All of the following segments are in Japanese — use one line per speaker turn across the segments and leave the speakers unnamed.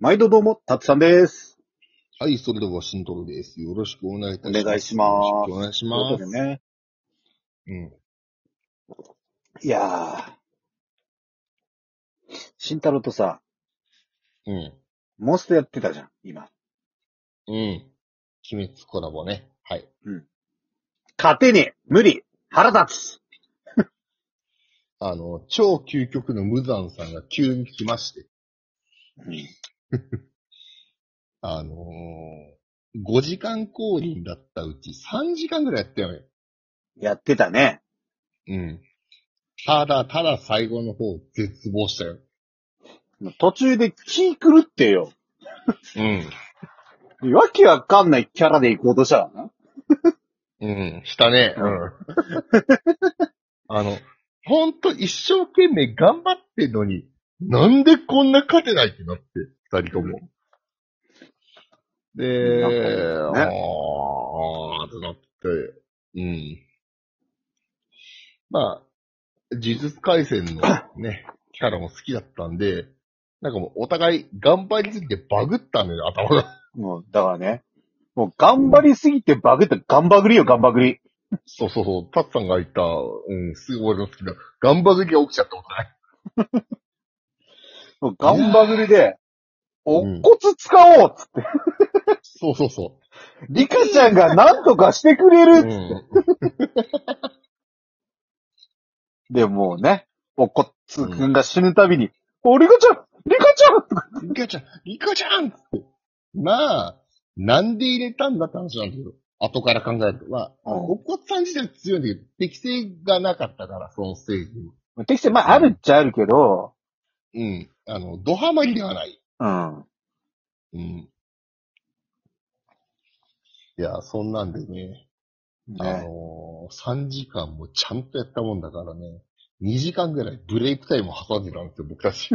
毎度どうも、たつさんです。
はい、それではシントロです。よろしくお願いいたします。
お願いします
よろしくお願いし
ということ
ま。
ですね。
うん。
いやー。慎太郎とさ、
う
モンストやってたじゃん、今。
ん。うん。鬼滅コラボね。はい。
勝てねえ無理腹立つ
あの、超究極の無惨さんが急に来まして、
うん。
あのー、5時間降臨だったうち3時間ぐらいやったよね。
やってたね。
うん。ただ、ただ最後の方、絶望したよ。
途中で気狂ってよ。
うん。
わけわかんないキャラで行こうとしたらな。
うん、したね。うん。あの、ほんと一生懸命頑張ってんのに、なんでこんな勝てないってなって、二人とも。
な
で、
ん
あ
かね
あーってなって、うん。まあ、呪術回戦のね、キャラも好きだったんで、なんかもうお互い頑張りすぎてバグったんだよ、頭が。
もう、だからね。もう頑張りすぎてバグった、頑張ぐりよ、頑張ぐり。
そうそうそう、タッツさんが言った、うん、すごい俺の好きな、頑張りが起きちゃったことない。
もう頑張ぐりで、お
うん
骨使おうっつって、
そうそうそ
リカちゃんが何とかしてくれ
う。
るっつって
ん、
で、もうね、おこっつくんが死ぬたびに、お、リカちゃんリカちゃんとか
リカちゃん、リカちゃんって。まあ、なんで入れたんだって話なんだけど、後から考えると。まあ、
うん
おこっさん自体強いんだけど、適性がなかったから、そのステージに。
適正、まあ、あるっちゃあるけど、
うん。あの、ドハマりではない。
うん。
うん。いや、そんなんでね、あ
ね、
のー、3時間もちゃんとやったもんだからね、2時間ぐらいブレイクタイムを挟んでたんですよ、僕た ち。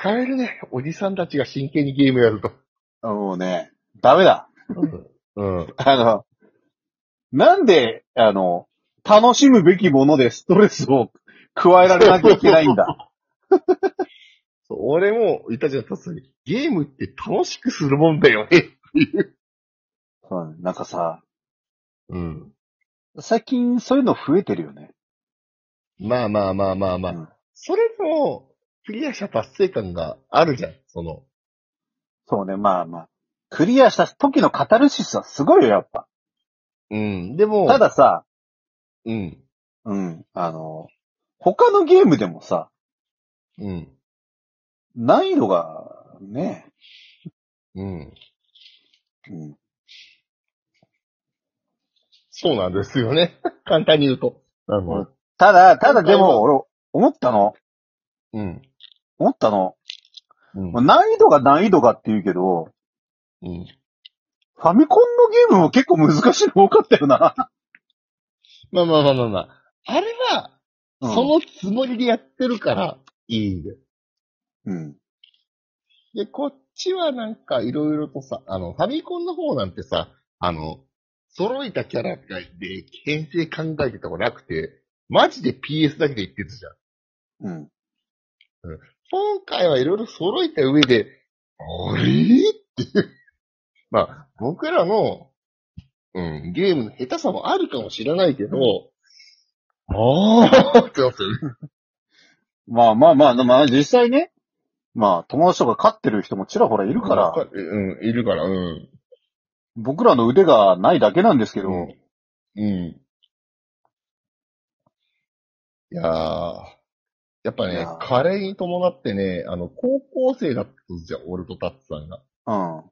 疲れるね、おじさんたちが真剣にゲームやると。
もうね、ダメだ。
うん。
あの、なんで、あの、楽しむべきものでストレスを 加えられなきゃいけないん だ。
そう俺も言ったじゃん、たつに。ゲームって楽しくするもんだよね。
うん、なんかさ、
うん。
最近そういうの増えてるよね。
まあまあまあまあまあ。
うん
それでも、クリアした達成感があるじゃん、その。
そうね、まあまあ。クリアした時のカタルシスはすごいよ、やっぱ。
うん。でも、
た、ださ、
うん。
うん、あの、他のゲームでもさ、
うん。
難易度が、ね、
うん。
うん。
そうなんですよね。 簡単に言うと。あの、
ただ、ただで
今回は
も、俺、思ったの、
うん。
思ったの、
うん
まあ。難易度が難易度がって言うけど、
うん
ファミコンのゲームも結構難しいの多かったよな。
まあまあまあまあまあ。あれは、
うん
そのつもりでやってるから、いいんだよ
うん。
で、こっちはなんかいろいろとさ、あの、ファミコンの方なんてさ、あの、揃えたキャラがいて、編成考えてとかなくて、マジで PS だけで言ってるじゃん。
うん。
今回はいろいろ揃えた上で、あれっていう。 まあ、僕らの、うん、ゲームの下手さもあるかもしれないけど、ああ ってなってる。
まあまあまあ、まあ実際ね、まあ友達とか勝ってる人もちらほらいるから、
うん、いるから、うん。
僕らの腕がないだけなんですけど、
うん。うん。いやー、やっぱ
い
ね
や、ー
カレーに伴ってね、あの、高校生だったじゃん、俺とタッツさんが。
うん。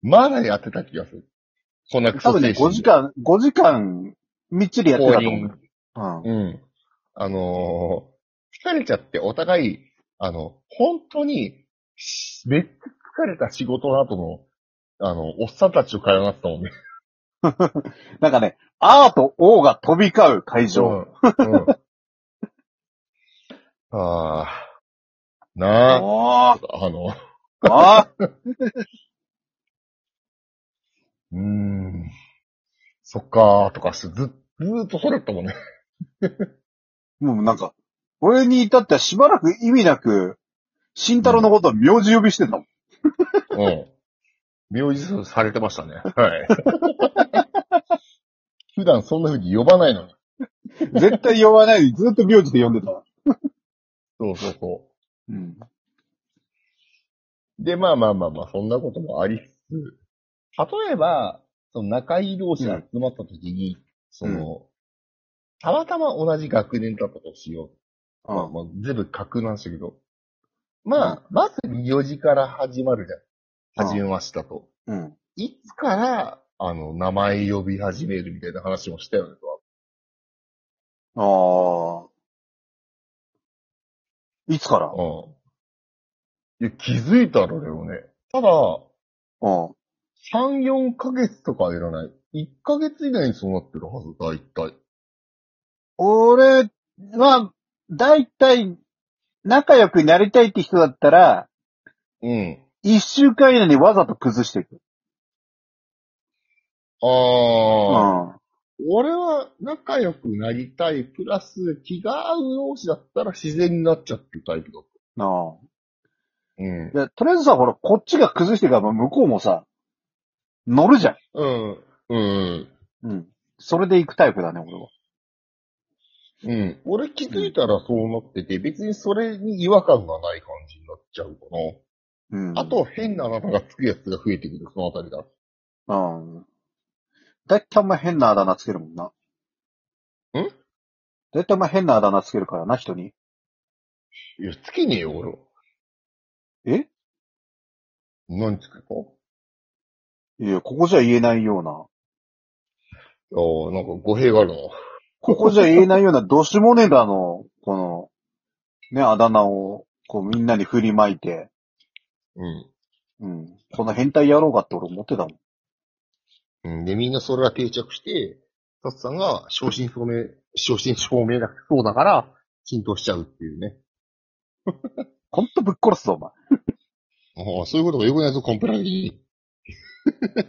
まだやってた気がする。こんなク
多
ソ
分ね、
精神
5時間、5時間、みっちりやってたと思う。うん。
うん。あのー疲れちゃって、お互い、あの、本当に、しめっちゃ疲れた仕事の後の、あの、おっさんたちと会話になってたもんね。
なんかね、アーと O が飛び交う会場。
うん。うん、ああ。なあ。
おー
あの、
あー
うーん、そっかーとかして、ず、ずーっとそれだったもんね。
もうなんか、俺に至ってはしばらく意味なく、慎太郎のことは名字呼びして たもん。
うん。名字されてましたね。はい。 普段そんな風に呼ばないのに。
絶対呼ばないでずっと名字で呼んでたわ。
そうそうそ
うん。
う。で、まあまあまあまあ、そんなこともありつつ、例えば、その仲良い同士が集まった時に、その、たまたま同じ学年だったとしよう。まあ、まあ、全部架空なんですけど。まあ、まず4時から始まるじゃん。
うん
始めましたと。
うん。
いつから、あの、名前呼び始めるみたいな話もしたよねとは。
ああ。いつから
うん。いや、気づいたらだよね。ただ、
うん。
3、4ヶ月とかはいらない。1ヶ月以内にそうなってるはず、大体。
俺は、だいたい、仲良くなりたいって人だったら、
うん。
一週間以内にわざと崩していく。う
ああ、
ん。
俺は仲良くなりたい、プラス気が合う同士だったら自然になっちゃってるタイプだ。
な
うん。
あ。でとりあえずさ、ほら、こっちが崩してから、向こうもさ、乗るじゃん。
うん。うん。
うん。それで行くタイプだね、俺は。
うん。俺気づいたらそうなってて、別にそれに違和感がない感じになっちゃうか
うん。
な。あと、変なあなたがつくやつが増えてくる、そのあたりだ。
うん。だいたいお前変なあだ名つけるもんな。
ん
だいたいお前変なあだ名つけるからな、人に。
いや、つけねえよ、俺は。
え
何つくか
いや、ここじゃ言えないような。
ああ、なんか語弊があるな。
ここじゃ言えないような、どしもねだの、この、ね、あだ名を、こうみんなに振りまいて、
うん。
うん。この変態やろうかって俺思ってたもん。
うん、で、みんなそれが定着して、タツさんが正真正銘、正真正銘だそうだから、浸透しちゃうっていうね。
ほんとぶっ殺すぞ、お前。
ああ、そういうことが良くないぞ、コンプラに。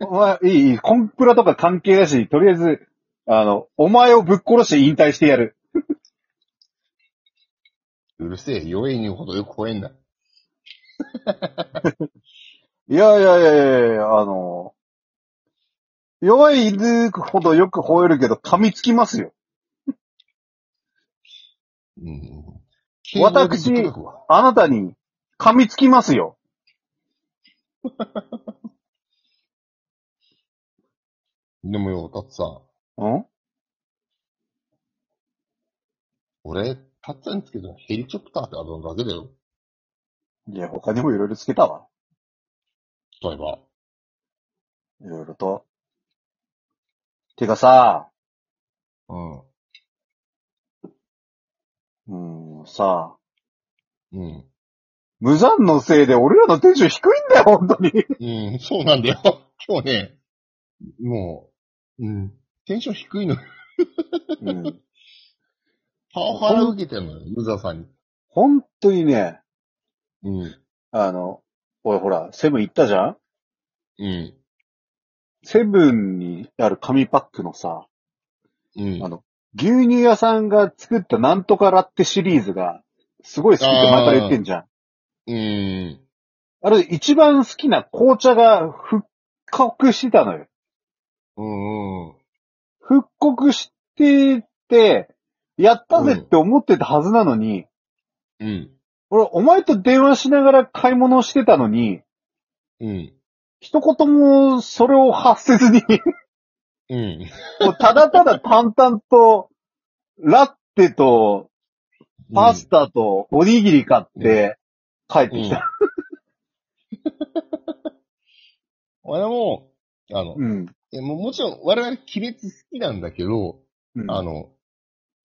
お前、いい、いい、コンプラとか関係だし、とりあえず、あの、お前をぶっ殺して引退してやる。
うるせえ、弱いにほどよく吠えんな。
いやいやいやいやいや、あの、弱い犬ほどよく吠えるけど噛みつきますよ。
うん。
私
敬語でぶっ叩くわ
あなたに噛みつきますよ。
でもよ、タツさん。
ん
俺、タッツァにつけたヘリコプターってあるだけだよ。
いや、他にもいろいろつけたわ。
例えば。
いろいろと。てかさ、
う
うーん、さ、
ん。うん。
無残のせいで俺らのテンション低いんだよ、本当に。
うん、そうなんだよ。 今日ね、もう、うん、テンション低いの。
うん。
パワハラ受けてんのよ、ユーザーさんに。
本当にね、
うん。
あの、俺ほら、セブン行ったじゃん
うん。
セブンにある紙パックのさ、
うん。
あの牛乳屋さんが作ったなんとかラってシリーズが、すごい好きって前から言ってんじゃん。あ
うん。
れ、一番好きな紅茶が復刻してたのよ。
うん。
復刻してて、やったぜって思ってたはずなのに、
うん。
俺、お前と電話しながら買い物をしてたのに、
うん。
一言もそれを発せずに、
うん。
もうただただ淡々と、ラッテと、パスタと、おにぎり買って、帰って きた。
俺も、あの、
うん。
いやもうもちろん我々亀裂好きなんだけど、
うん
あの、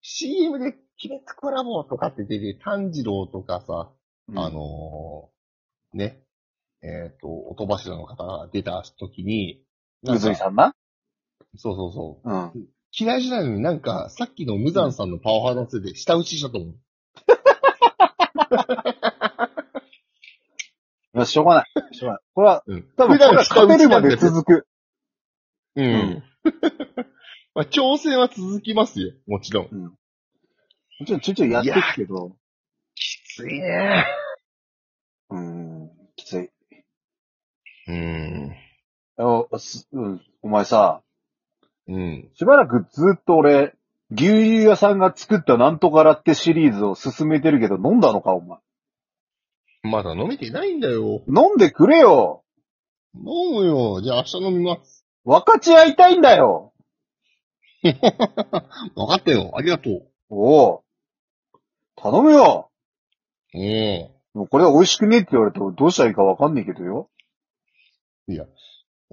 CM で亀裂コラボとかって出て、炭治郎とかさ、あ、のーね、えっ、と、音柱の方が出た時に、
う
なん
ず
か
いさんな
そうそうそう。
うん。
嫌いじゃないのになんか、さっきの無惨さんのパワハラのせいで下打ちしたと思う。
まあしょうがない。しょうがない。これは、
うん。
多分、
普段
これは勝てるまで続く。う
う。
ん
まあ、挑戦は続きますよ。もちろん。
うん。もちろんちょいちょいやっていくけど、
きついね。うん。
あのすうんお前さ、
うん。
しばらくずっと俺、牛乳屋さんが作ったなんとかラってシリーズを進めてるけど飲んだのか、お前。
まだ飲めてないんだよ。
飲んでくれよ
飲むよ。じゃあ明日飲みます。
分かち合いたいんだよ
わかったよ。ありがとう。
おう頼むよ
うん。
もうこれは美味しくねえって言われてもどうしたらいいかわかんねえけどよ。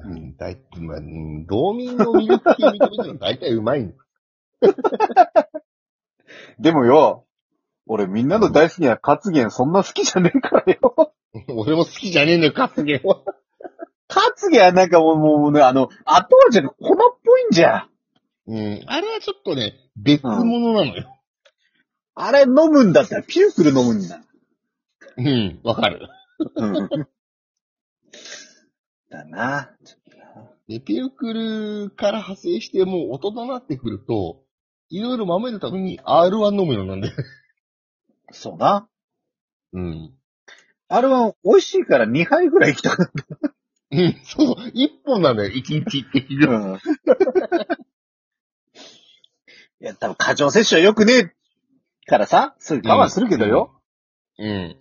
うん、だい、まあ、うん道民の魅力的に認めたら大体うまい の。
でもよ、俺みんなの大好きなカツゲンそんな好きじゃねえからよ。
俺も好きじゃねえんだよ、 カツゲは。
カツゲンはなんかもう、もうもうね、あの、後味が粉っぽいんじゃん。
うん。あれはちょっとね、別物なのよ。
あれ飲むんだったらピュークル飲むんだ。
うん、わかる。
うん。 だな。
で、ピルクルから派生して、もう大人になってくると、いろいろ豆のために R1 飲むようになんで。
そうな。
うん。
あれは美味しいから2杯ぐらい行きたくな
うん、そうそう。一本なんだよ、一日って。
る。うん。 いや、多分過剰摂取は良くねえからさ、それ我慢するけどよ。
うん。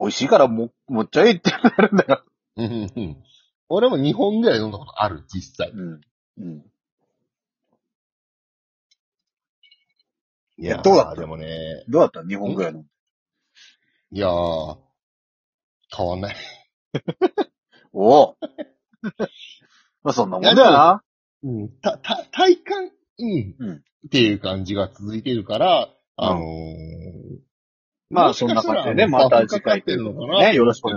美味しいからも、もっちゃえってなるんだよ。
うん、うん。俺も2本ぐらい飲んだことある、実際。
うん。うん。
い
やどうだった
でもね、
どうだった ?2 本ぐらいの。
いやー、変わんない。
おお。まあそんなもんだよな。
うん。た、た、体感、うん。
うん
っていう感じが続いてるから、あのー
まあそんな感じでね、また次回。
ってるのかな
ね、よろしくお願いします